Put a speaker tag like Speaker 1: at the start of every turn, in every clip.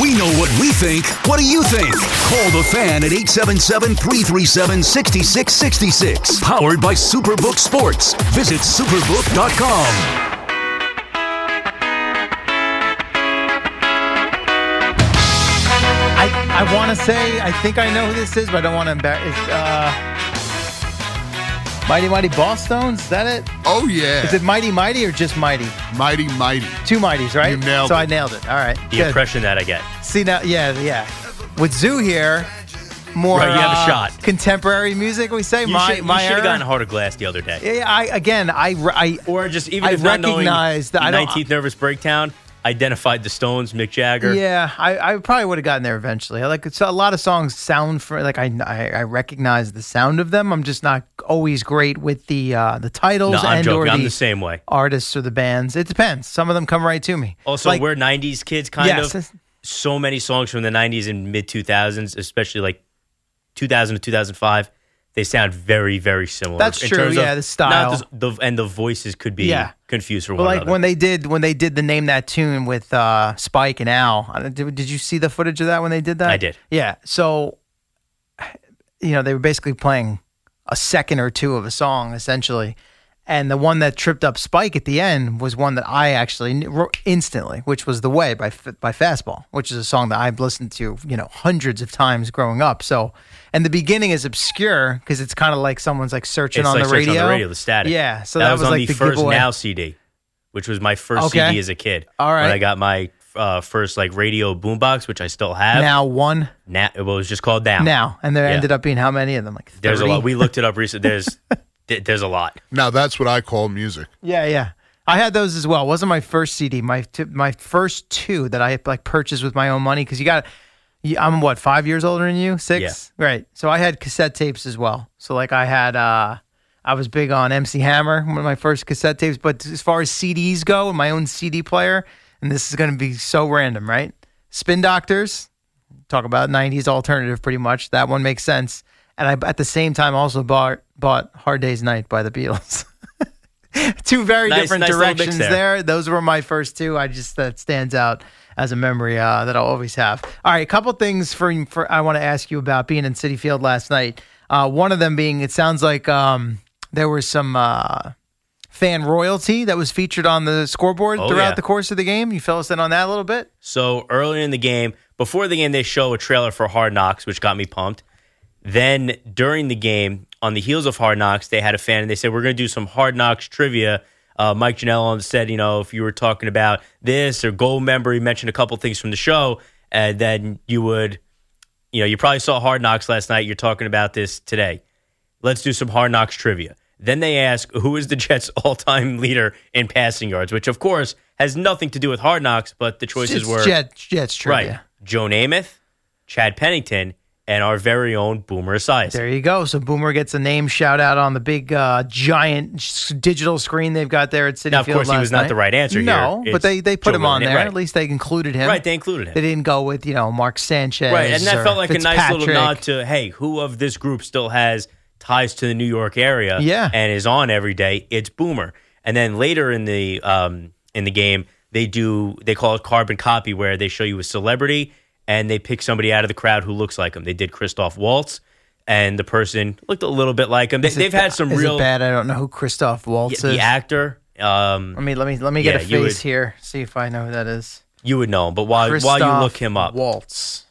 Speaker 1: We know what we think. What do you think? Call the fan at 877 337 6666. Powered by Superbook Sports. Visit superbook.com.
Speaker 2: I, I want to say, I think I know who this is, but I don't want to embarrass. It's, uh, Mighty Mighty Boss Stones? Is that it?
Speaker 3: Oh yeah,
Speaker 2: Is it Mighty Mighty or just Mighty?
Speaker 3: mighty mighty.
Speaker 2: Two Mighties, right?
Speaker 3: You nailed
Speaker 2: so
Speaker 3: it.
Speaker 2: I nailed it. All right.
Speaker 4: the
Speaker 2: Good.
Speaker 4: impression that I get.
Speaker 2: See now, yeah, yeah. With Zoo here, more
Speaker 4: Right, you have a
Speaker 2: uh,
Speaker 4: shot.
Speaker 2: contemporary music. We say
Speaker 4: You
Speaker 2: my
Speaker 4: should,
Speaker 2: my
Speaker 4: you should have
Speaker 2: era.
Speaker 4: gotten heart of glass the other day,
Speaker 2: Yeah, yeah, I again, I re- I
Speaker 4: or just even
Speaker 2: I
Speaker 4: if not knowing
Speaker 2: recognize that I don't-
Speaker 4: 19th Nervous Breakdown identified the Stones, Mick Jagger.
Speaker 2: Yeah, I, I probably would have gotten there eventually. I Like so a lot of songs sound for like I, I I recognize the sound of them. I'm just not always great with the uh, the titles
Speaker 4: no, I'm
Speaker 2: and or
Speaker 4: joking.
Speaker 2: the,
Speaker 4: I'm the same way.
Speaker 2: artists or the bands. It depends. Some of them come right to me.
Speaker 4: Also,
Speaker 2: Like-
Speaker 4: we're 90s kids, kind
Speaker 2: Yes.
Speaker 4: of. So many songs from the 90s and mid 2000s, especially like 2000 to 2005, they sound very, very similar.
Speaker 2: That's
Speaker 4: in
Speaker 2: true,
Speaker 4: terms of-
Speaker 2: yeah, the style.
Speaker 4: not the, the- and the voices could be
Speaker 2: Yeah.
Speaker 4: confused for
Speaker 2: but
Speaker 4: one
Speaker 2: like
Speaker 4: another.
Speaker 2: when they did when they did the name that tune with uh, Spike and Al. I don't- Did, did you see the footage of that when they did that?
Speaker 4: I did.
Speaker 2: Yeah. So you know they were basically playing a second or two of a song essentially. And the one that tripped up Spike at the end was one that I actually knew wrote instantly, which was "The Way" by F- by Fastball, which is a song that I've listened to, you know, hundreds of times growing up. So, and the beginning is obscure because it's kind of like someone's like searching
Speaker 4: it's
Speaker 2: on
Speaker 4: like
Speaker 2: the
Speaker 4: Search
Speaker 2: radio.
Speaker 4: on the radio, the static.
Speaker 2: Yeah, so that,
Speaker 4: was, on
Speaker 2: like
Speaker 4: the, first
Speaker 2: giveaway.
Speaker 4: Now CD, which was my first
Speaker 2: Okay.
Speaker 4: CD as a kid.
Speaker 2: All right.
Speaker 4: when I got my uh, first like radio boombox, which I still have.
Speaker 2: now one
Speaker 4: Na- well, it was just called now.
Speaker 2: now, and there
Speaker 4: Yeah.
Speaker 2: ended up being how many of them? Like 30?
Speaker 4: there's a lot. We looked it up recently. There's th- there's a lot.
Speaker 3: Now that's what I call music.
Speaker 2: yeah, yeah. I had those as well. It wasn't my first CD. My t- my first two that I like purchased with my own money because you got. you- I'm what five years older than you, six, right? So I had cassette tapes as well. So like I had, uh I was big on MC Hammer, one of my first cassette tapes. But as far as CDs go, and my own CD player, and this is going to be so random, right? Spin Doctors, talk about 90s alternative pretty much. That one makes sense. And I at the same time also bought bought Hard Day's Night by the Beatles. two very
Speaker 4: Nice-
Speaker 2: different
Speaker 4: nice little mix
Speaker 2: directions there.
Speaker 4: there.
Speaker 2: Those were my first two. I just that stands out as a memory uh, that I'll always have. All right, a couple things for, for I want to ask you about being in City Field last night. Uh, one of them being it sounds like um, there was some uh, fan royalty that was featured on the scoreboard
Speaker 4: Oh,
Speaker 2: throughout
Speaker 4: yeah.
Speaker 2: the course of the game. You fill us in on that a little bit.
Speaker 4: So earlier in the game, before the game, they show a trailer for Hard Knocks, which got me pumped. Then during the game, on the heels of Hard Knocks, they had a fan and they said, We're going to do some Hard Knocks trivia. Uh, Mike Janello said, You know, if you were talking about this or goal member, he mentioned a couple things from the show, and then you would, you know, you probably saw Hard Knocks last night. You're talking about this today. Let's do some Hard Knocks trivia. Then they ask, Who is the Jets' all time leader in passing yards? Which, of course, has nothing to do with Hard Knocks, but the choices
Speaker 2: It's
Speaker 4: were.
Speaker 2: Jets, Jets
Speaker 4: Right.
Speaker 2: trivia.
Speaker 4: Joe Namath, Chad Pennington, and our very own Boomer Esiason.
Speaker 2: There you go. So Boomer gets a name shout out on the big uh, giant s- digital screen they've got there at City
Speaker 4: Now, of
Speaker 2: Field
Speaker 4: course, he
Speaker 2: last
Speaker 4: was not
Speaker 2: night.
Speaker 4: the right answer here.
Speaker 2: No, but
Speaker 4: It's
Speaker 2: they, they put
Speaker 4: Joe
Speaker 2: him on
Speaker 4: Rodan-
Speaker 2: there.
Speaker 4: right.
Speaker 2: At least they included him.
Speaker 4: Right, they included him.
Speaker 2: They didn't go with you know Mark Sanchez.
Speaker 4: right, and
Speaker 2: or
Speaker 4: that felt like a nice little
Speaker 2: Fitzpatrick.
Speaker 4: nod to, hey, who of this group still has ties to the New York area
Speaker 2: Yeah.
Speaker 4: and is on every day? It's Boomer. And then later in the um, in the game, they do they call it carbon copy, where they show you a celebrity and they pick somebody out of the crowd who looks like him. They did Christoph Waltz, and the person looked a little bit like him. They,
Speaker 2: Is it
Speaker 4: they've had
Speaker 2: ba-
Speaker 4: some
Speaker 2: is it
Speaker 4: real
Speaker 2: bad. I don't know who Christoph Waltz
Speaker 4: Yeah,
Speaker 2: is.
Speaker 4: the actor Um,
Speaker 2: Let me let me let me get
Speaker 4: Yeah,
Speaker 2: a
Speaker 4: you
Speaker 2: face
Speaker 4: would-
Speaker 2: here. See if I know who that is.
Speaker 4: you would know him, but while while
Speaker 2: Christoph
Speaker 4: you look him up,
Speaker 2: Waltz.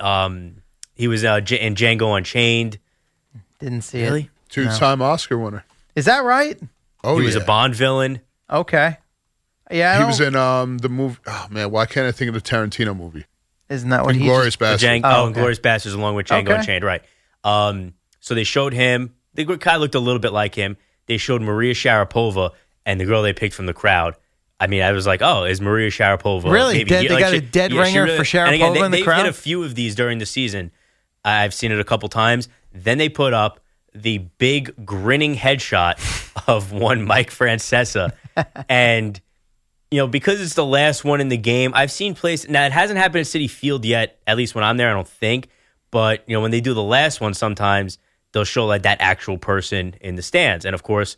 Speaker 4: um, he was uh, J- in Django Unchained.
Speaker 2: Didn't see it.
Speaker 4: Really?
Speaker 3: Two-time Oscar winner.
Speaker 2: Is that right?
Speaker 3: Oh,
Speaker 4: he was
Speaker 3: yeah.
Speaker 4: a Bond villain.
Speaker 2: Okay. Yeah. I
Speaker 3: He was
Speaker 2: don't-
Speaker 3: in um the movie. Oh man, why can't I think of the Tarantino movie?
Speaker 2: Isn't that what he?
Speaker 3: Inglorious
Speaker 2: just-
Speaker 4: With
Speaker 3: Bastards.
Speaker 4: Django,
Speaker 2: Oh,
Speaker 4: oh,
Speaker 2: okay.
Speaker 4: Glorious Bastards, along with Django
Speaker 2: Okay.
Speaker 4: Unchained, right? Um, so they showed him. The guy looked a little bit like him. They showed Maria Sharapova and the girl they picked from the crowd. I mean, I was like, oh, is Maria Sharapova
Speaker 2: Really? Dead- they got a
Speaker 4: she-
Speaker 2: dead
Speaker 4: she
Speaker 2: ringer for
Speaker 4: and again,
Speaker 2: Sharapova
Speaker 4: they,
Speaker 2: in the
Speaker 4: they've
Speaker 2: crowd?
Speaker 4: Hit a few of these during the season. I- I've seen it a couple times. Then they put up the big grinning headshot of one Mike Francesa, and you know, because it's the last one in the game, I've seen places now it hasn't happened at City Field yet, at least when I'm there, I don't think. But you know, when they do the last one, sometimes they'll show like that actual person in the stands. And of course,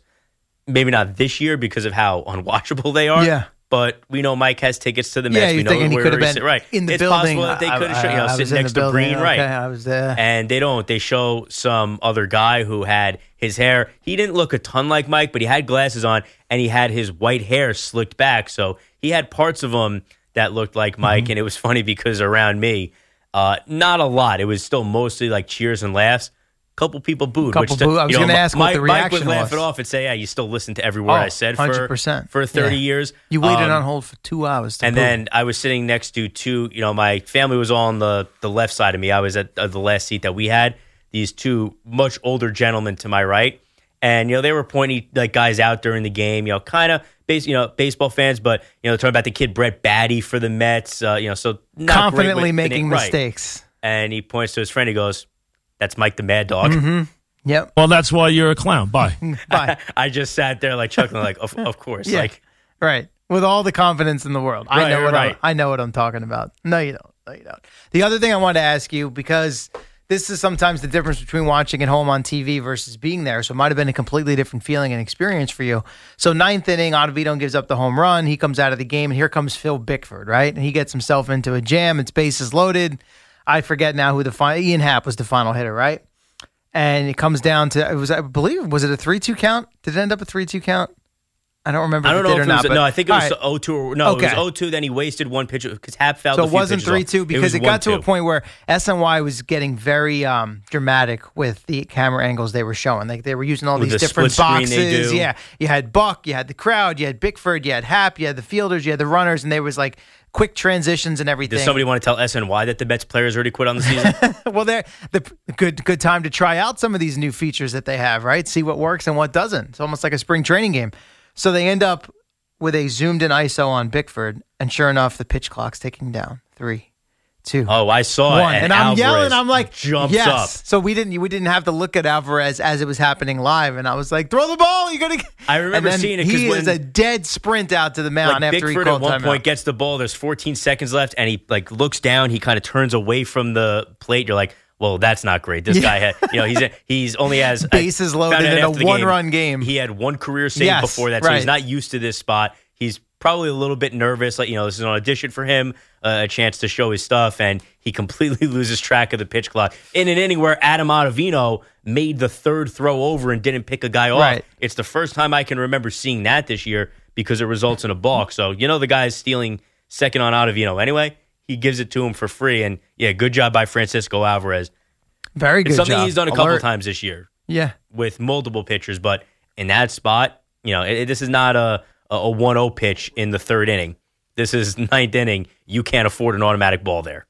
Speaker 4: maybe not this year because of how unwatchable they are.
Speaker 2: Yeah.
Speaker 4: But we know Mike has tickets to the
Speaker 2: Yeah,
Speaker 4: Mets. we
Speaker 2: you're
Speaker 4: know
Speaker 2: thinking he
Speaker 4: where
Speaker 2: could have
Speaker 4: he's-
Speaker 2: been
Speaker 4: right.
Speaker 2: in the
Speaker 4: it's
Speaker 2: building.
Speaker 4: possible that they
Speaker 2: I-
Speaker 4: could have shown
Speaker 2: I-
Speaker 4: you know,
Speaker 2: I was
Speaker 4: sitting
Speaker 2: in the
Speaker 4: next to
Speaker 2: building.
Speaker 4: Breen, right?
Speaker 2: Okay, I was there.
Speaker 4: and they don't. They show some other guy who had his hair. He didn't look a ton like Mike, but he had glasses on and he had his white hair slicked back. So he had parts of him that looked like Mike.
Speaker 2: Mm-hmm.
Speaker 4: And it was funny because around me, uh, not a lot. It was still mostly like cheers and laughs. Couple people booed.
Speaker 2: Couple
Speaker 4: to-
Speaker 2: booed. I was
Speaker 4: you know,
Speaker 2: gonna ask what
Speaker 4: Mike,
Speaker 2: the
Speaker 4: Mike would
Speaker 2: reaction
Speaker 4: laugh
Speaker 2: was.
Speaker 4: it off and say, "Yeah, you still listen to every word
Speaker 2: Oh,
Speaker 4: I said for
Speaker 2: 100%.
Speaker 4: for thirty
Speaker 2: Yeah.
Speaker 4: years."
Speaker 2: You waited
Speaker 4: Um,
Speaker 2: on hold for two hours. To
Speaker 4: and
Speaker 2: poop.
Speaker 4: then I was sitting next to two, you know, my family was all on the, the left side of me. I was at uh, the last seat that we had. These two much older gentlemen to my right. And, you know, they were pointing like guys out during the game, you know, kind of base, you know, baseball fans, but, you know, talking about the kid Brett Batty for the Mets, uh, you know, so not
Speaker 2: confidently
Speaker 4: great with the
Speaker 2: making
Speaker 4: name- right.
Speaker 2: mistakes.
Speaker 4: And he points to his friend. He goes, that's Mike the Mad Dog.
Speaker 2: Mm-hmm. Yep.
Speaker 5: Well, that's why you're a clown. Bye.
Speaker 2: Bye.
Speaker 4: I just sat there like chuckling, like, of, of course.
Speaker 2: Yeah.
Speaker 4: Like,
Speaker 2: Right. With all the confidence in the world. I
Speaker 4: Right,
Speaker 2: know what
Speaker 4: right.
Speaker 2: I'm, I know what I'm talking about. No, you don't. No, you don't. The other thing I wanted to ask you, because this is sometimes the difference between watching at home on TV versus being there. So it might have been a completely different feeling and experience for you. So ninth inning, Ottavino gives up the home run. He comes out of the game, and here comes Phil Bickford, right? And he gets himself into a jam. It's bases loaded. I forget now who the final Ian Happ was the final hitter, right? And it comes down to it was I believe was it a three two count? Did it end up a three two count? I don't remember.
Speaker 4: I
Speaker 2: if
Speaker 4: don't
Speaker 2: it did
Speaker 4: know if
Speaker 2: or
Speaker 4: it was,
Speaker 2: not, but-
Speaker 4: no, I think it
Speaker 2: All
Speaker 4: was
Speaker 2: right.
Speaker 4: 02 or, no,
Speaker 2: Okay.
Speaker 4: it was 02, then he wasted one pitch because Hap fouled
Speaker 2: So
Speaker 4: a
Speaker 2: it
Speaker 4: few
Speaker 2: wasn't
Speaker 4: pitches off.
Speaker 2: three two because
Speaker 4: was
Speaker 2: it, got to a
Speaker 4: 1-2.
Speaker 2: point where SNY was getting very um, dramatic with the camera angles they were showing. Like they were using all
Speaker 4: With
Speaker 2: these
Speaker 4: the
Speaker 2: different
Speaker 4: split screen
Speaker 2: boxes.
Speaker 4: they do.
Speaker 2: Yeah, you had Buck, you had the crowd, you had Bickford, you had Hap, you had the fielders, you had the runners, and there was like quick transitions and everything.
Speaker 4: Does somebody want to tell SNY that the Mets players already quit on the season?
Speaker 2: well, there the good good time to try out some of these new features that they have, right? See what works and what doesn't. It's almost like a spring training game. So they end up with a zoomed in ISO on Bickford, and sure enough, the pitch clock's ticking down. Three, two,
Speaker 4: oh, I saw
Speaker 2: one.
Speaker 4: it.
Speaker 2: And, I'm
Speaker 4: Alvarez
Speaker 2: yelling, I'm like,
Speaker 4: jumps
Speaker 2: yes.
Speaker 4: up.
Speaker 2: So we didn't we didn't have to look at Alvarez as it was happening live, and I was like, throw the ball, you're gonna. get-"
Speaker 4: I remember
Speaker 2: and then
Speaker 4: seeing it 'cause
Speaker 2: He
Speaker 4: when-
Speaker 2: is a dead sprint out to the mound
Speaker 4: Like
Speaker 2: after
Speaker 4: Bickford
Speaker 2: he
Speaker 4: at
Speaker 2: called
Speaker 4: one
Speaker 2: timeout.
Speaker 4: point gets the ball. There's 14 seconds left, and he like looks down. He kind of turns away from the plate. You're like, well, that's not great. This guy had, you know, he's he's only has I
Speaker 2: Bases loaded
Speaker 4: found out
Speaker 2: in a
Speaker 4: after the
Speaker 2: one-run game.
Speaker 4: He had one career save
Speaker 2: Yes,
Speaker 4: before that, so he's
Speaker 2: right.
Speaker 4: not used to this spot. He's probably a little bit nervous. Like you know, this is an audition for him, uh, a chance to show his stuff, and he completely loses track of the pitch clock in an inning where Adam Ottavino made the third throw over and didn't pick a guy off.
Speaker 2: Right.
Speaker 4: It's the first time I can remember seeing that this year because it results in a balk. So you know the guy's stealing second on Ottavino anyway. He gives it to him for free, and yeah, good job by Francisco Alvarez.
Speaker 2: Very good.
Speaker 4: It's something
Speaker 2: job.
Speaker 4: he's done a couple
Speaker 2: Alert.
Speaker 4: times this year
Speaker 2: Yeah.
Speaker 4: with multiple pitchers, but in that spot, you know, it, it- this is not a a 1 0 pitch in the third inning. This is ninth inning. You can't afford an automatic ball there.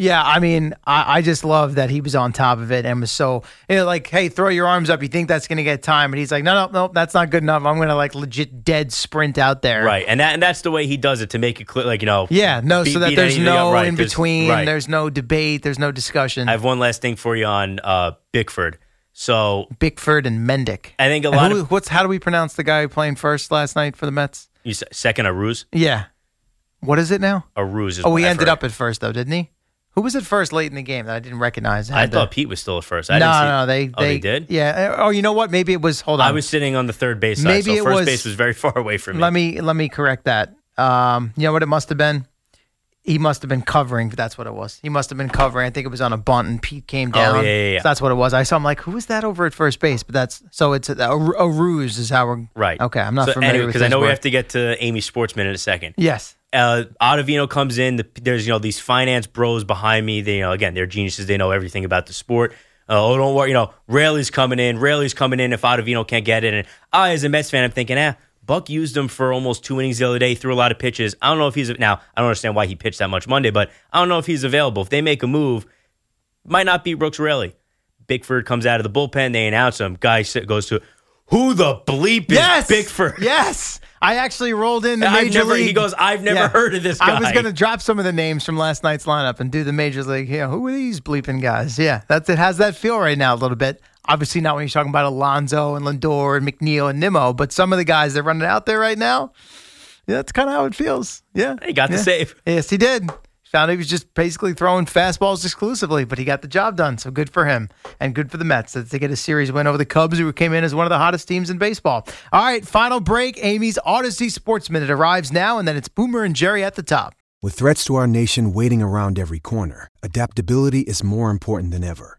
Speaker 2: Yeah, I mean, I, I just love that he was on top of it and was so you know, like, hey, throw your arms up. You think that's gonna get time, and he's like, no, no, no, that's not good enough. I'm gonna like legit dead sprint out there.
Speaker 4: Right. And that and that's the way he does it to make it clear, like, you know.
Speaker 2: Yeah. No.
Speaker 4: beat-
Speaker 2: so that
Speaker 4: beat
Speaker 2: there's
Speaker 4: anything up,
Speaker 2: no
Speaker 4: right,
Speaker 2: in
Speaker 4: there's-
Speaker 2: between.
Speaker 4: right.
Speaker 2: There's no debate. There's no discussion.
Speaker 4: I have one last thing for you on uh, Bickford. So
Speaker 2: Bickford and Mendick.
Speaker 4: I think a
Speaker 2: And
Speaker 4: lot
Speaker 2: who-
Speaker 4: of-
Speaker 2: what's how do we pronounce the guy playing first last night for the Mets?
Speaker 4: you s- second Aruz?
Speaker 2: Yeah. What is it now?
Speaker 4: Aruz is
Speaker 2: Oh,
Speaker 4: what
Speaker 2: he
Speaker 4: I've
Speaker 2: ended
Speaker 4: heard.
Speaker 2: up at first though, didn't he? Who was at first late in the game that I didn't recognize?
Speaker 4: I
Speaker 2: Had
Speaker 4: thought
Speaker 2: to-
Speaker 4: Pete was still at first. I
Speaker 2: no,
Speaker 4: didn't see,
Speaker 2: no, they,
Speaker 4: oh, they did.
Speaker 2: Yeah. Oh, you know what? Maybe it was. Hold on.
Speaker 4: I was sitting on the third base side,
Speaker 2: Maybe it
Speaker 4: so first
Speaker 2: was-
Speaker 4: base was very far away from me.
Speaker 2: Let me let me correct that. Um, you know what it must have been? he must have been covering. That's what it was. He must have been covering. I think it was on a bunt, and Pete came down.
Speaker 4: Oh, yeah, yeah, yeah.
Speaker 2: So that's what it was. I saw. I'm like, who is that over at first base? But that's so it's a, a ruse is how we're
Speaker 4: Right.
Speaker 2: Okay, I'm not
Speaker 4: so
Speaker 2: familiar with
Speaker 4: because I
Speaker 2: his
Speaker 4: know we
Speaker 2: work.
Speaker 4: have to get to Amy Sportsman in a second.
Speaker 2: Yes.
Speaker 4: uh, Ottavino comes in. The, there's you know these finance bros behind me. They you know again they're geniuses. They know everything about the sport. Uh, oh, don't worry. You know Raley's coming in. Raley's coming in. If Ottavino can't get it, and I as a Mets fan, I'm thinking, ah, Buck used him for almost two innings the other day. Threw a lot of pitches. I don't know if he's now. I don't understand why he pitched that much Monday, but I don't know if he's available. If they make a move, might not be Brooks Raley. Bickford comes out of the bullpen. They announce him. Guy s- goes to who the bleep is
Speaker 2: Yes.
Speaker 4: Bickford?
Speaker 2: Yes. I actually rolled in the
Speaker 4: I've
Speaker 2: major
Speaker 4: never- he
Speaker 2: league.
Speaker 4: goes, "I've never heard of this
Speaker 2: I was
Speaker 4: guy."
Speaker 2: going to drop some of the names from last night's lineup and do the major league. Yeah, who are these bleeping guys? Yeah, that's it. Has that feel right now a little bit? Obviously not when you're talking about Alonzo and Lindor and McNeil and Nimmo, but some of the guys that are running out there right now. Yeah, that's kind of how it feels. Yeah,
Speaker 4: He got the
Speaker 2: Yeah.
Speaker 4: save.
Speaker 2: Yes, he did. Found he was just basically throwing fastballs exclusively, but he got the job done. So good for him and good for the Mets that they get a series win over the Cubs, who came in as one of the hottest teams in baseball. All right, final break. Amy's Odyssey Sports Minute arrives now, and then it's Boomer and Jerry at the top.
Speaker 5: With threats to our nation waiting around every corner, adaptability is more important than ever.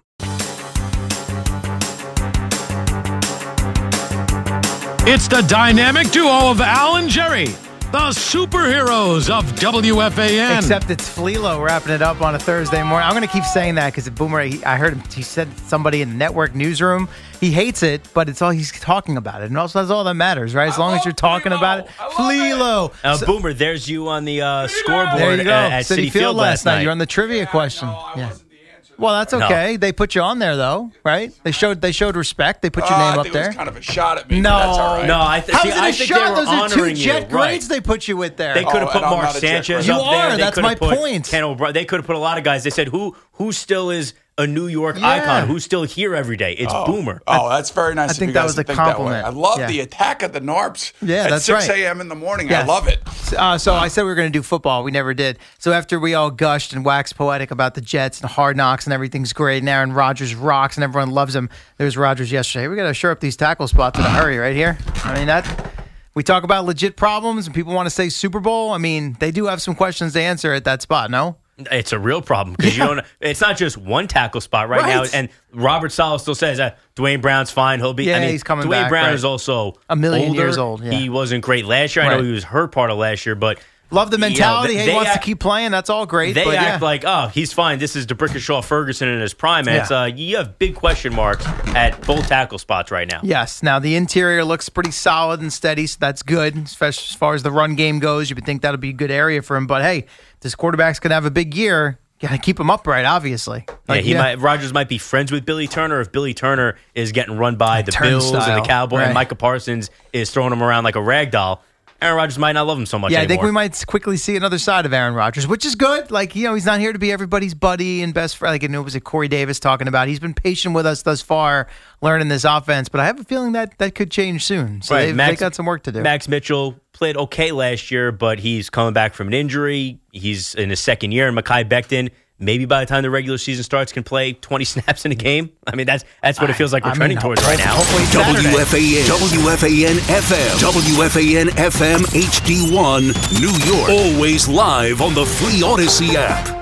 Speaker 6: It's the dynamic duo of Al and Jerry, the superheroes of WFAN.
Speaker 2: Except it's Flelo wrapping it up on a Thursday morning. I'm going to keep saying that because Boomer, he, I heard him, he said somebody in the network newsroom, he hates it, but it's all he's talking about it. And also, that's all that matters, right? As long as you're talking about it. Flelo.
Speaker 4: Uh, Boomer, there's you on the uh, scoreboard
Speaker 2: There you go.
Speaker 4: uh, at City, Field, last night.
Speaker 2: You're on the trivia question. yeah. well, that's okay. They put you on there though, right? They showed they showed respect. They put
Speaker 7: Uh,
Speaker 2: your name up there.
Speaker 7: of a shot at me.
Speaker 2: no,
Speaker 4: No, I, th-
Speaker 2: How's
Speaker 4: see,
Speaker 2: it
Speaker 4: I
Speaker 2: a
Speaker 4: think
Speaker 2: shot?
Speaker 4: they were
Speaker 2: Those are two
Speaker 4: honoring you.
Speaker 2: jet grades
Speaker 4: Right.
Speaker 2: they put you with there.
Speaker 4: They could have
Speaker 7: Oh,
Speaker 4: put
Speaker 7: and I'm
Speaker 4: Mark
Speaker 7: not a jet
Speaker 4: Sanchez
Speaker 7: grade.
Speaker 4: up
Speaker 2: You
Speaker 4: there.
Speaker 2: are.
Speaker 4: They
Speaker 2: That's
Speaker 4: coulda
Speaker 2: my
Speaker 4: put
Speaker 2: point.
Speaker 4: Ken O'Brien. They could have put a lot of guys. They said who who still is a New York
Speaker 2: Yeah.
Speaker 4: icon? Who's still here every day? It's Boomer.
Speaker 7: Oh, that's very nice.
Speaker 2: I
Speaker 7: of
Speaker 2: think
Speaker 7: you
Speaker 2: that
Speaker 7: guys
Speaker 2: was
Speaker 7: to
Speaker 2: a
Speaker 7: think
Speaker 2: compliment.
Speaker 7: That way. I love
Speaker 2: Yeah.
Speaker 7: the attack of the Norps.
Speaker 2: Yeah,
Speaker 7: at
Speaker 2: that's
Speaker 7: 6
Speaker 2: right.
Speaker 7: a.m. in the morning.
Speaker 2: Yes.
Speaker 7: I love it.
Speaker 2: Uh, so I said we were going to do football. We never did. So after we all gushed and waxed poetic about the Jets and hard knocks and everything's great and Aaron Rodgers rocks and everyone loves him, there's Rodgers yesterday. We got to shore up these tackle spots in a hurry right here. I mean, that we talk about legit problems and people want to say Super Bowl. I mean, they do have some questions to answer at that spot, no?
Speaker 4: It's a real problem because you don't. It's not just one tackle spot right, now.
Speaker 2: Right.
Speaker 4: And Robert Sala still says uh, Dwayne Brown's fine. He'll be.
Speaker 2: Yeah,
Speaker 4: I mean,
Speaker 2: he's coming
Speaker 4: Dwayne
Speaker 2: back,
Speaker 4: Brown
Speaker 2: right.
Speaker 4: is also
Speaker 2: A million
Speaker 4: older.
Speaker 2: years old, yeah.
Speaker 4: He wasn't great last year. I know
Speaker 2: Right.
Speaker 4: he was hurt part of last year, but
Speaker 2: Love the
Speaker 4: you know,
Speaker 2: mentality.
Speaker 4: th-
Speaker 2: hey,
Speaker 4: they
Speaker 2: wants
Speaker 4: act-
Speaker 2: to keep playing. That's all great.
Speaker 4: They
Speaker 2: but
Speaker 4: act
Speaker 2: yeah.
Speaker 4: like, oh, he's fine. This is DeBrickashaw Ferguson in his prime. And it's,
Speaker 2: Yeah.
Speaker 4: uh, you have big question marks at both tackle spots right now.
Speaker 2: Yes. Now the interior looks pretty solid and steady, so that's good. Especially as far as the run game goes, you would think that'll be a good area for him. But hey, this quarterback's gonna have a big year. Gotta keep him upright, obviously.
Speaker 4: Yeah,
Speaker 2: Like,
Speaker 4: he might. Rogers might be friends with Billy Turner if Billy Turner is getting run by the Bills and
Speaker 2: Turnstile,
Speaker 4: the Cowboy,
Speaker 2: right.
Speaker 4: and Micah Parsons is throwing him around like a rag doll. Aaron Rodgers might not love him so much.
Speaker 2: Yeah, I
Speaker 4: anymore.
Speaker 2: think we might quickly see another side of Aaron Rodgers, which is good. Like, you know, he's not here to be everybody's buddy and best friend. Like, I know it was Corey Davis talking about. He's been patient with us thus far, learning this offense, but I have a feeling that that could change soon. So
Speaker 4: Right,
Speaker 2: they've,
Speaker 4: Max-
Speaker 2: they got some work to do.
Speaker 4: Max Mitchell played okay last year, but he's coming back from an injury. He's in his second year, and Makai Becton. Maybe by the time the regular season starts, can play 20 snaps in a game. I mean, that's that's what it feels like we're
Speaker 2: I mean,
Speaker 4: trending towards right now.
Speaker 2: hopefully Saturday.
Speaker 1: WFAN, WFAN FM, WFAN FM HD1, New York. Always live on the Free Odyssey app.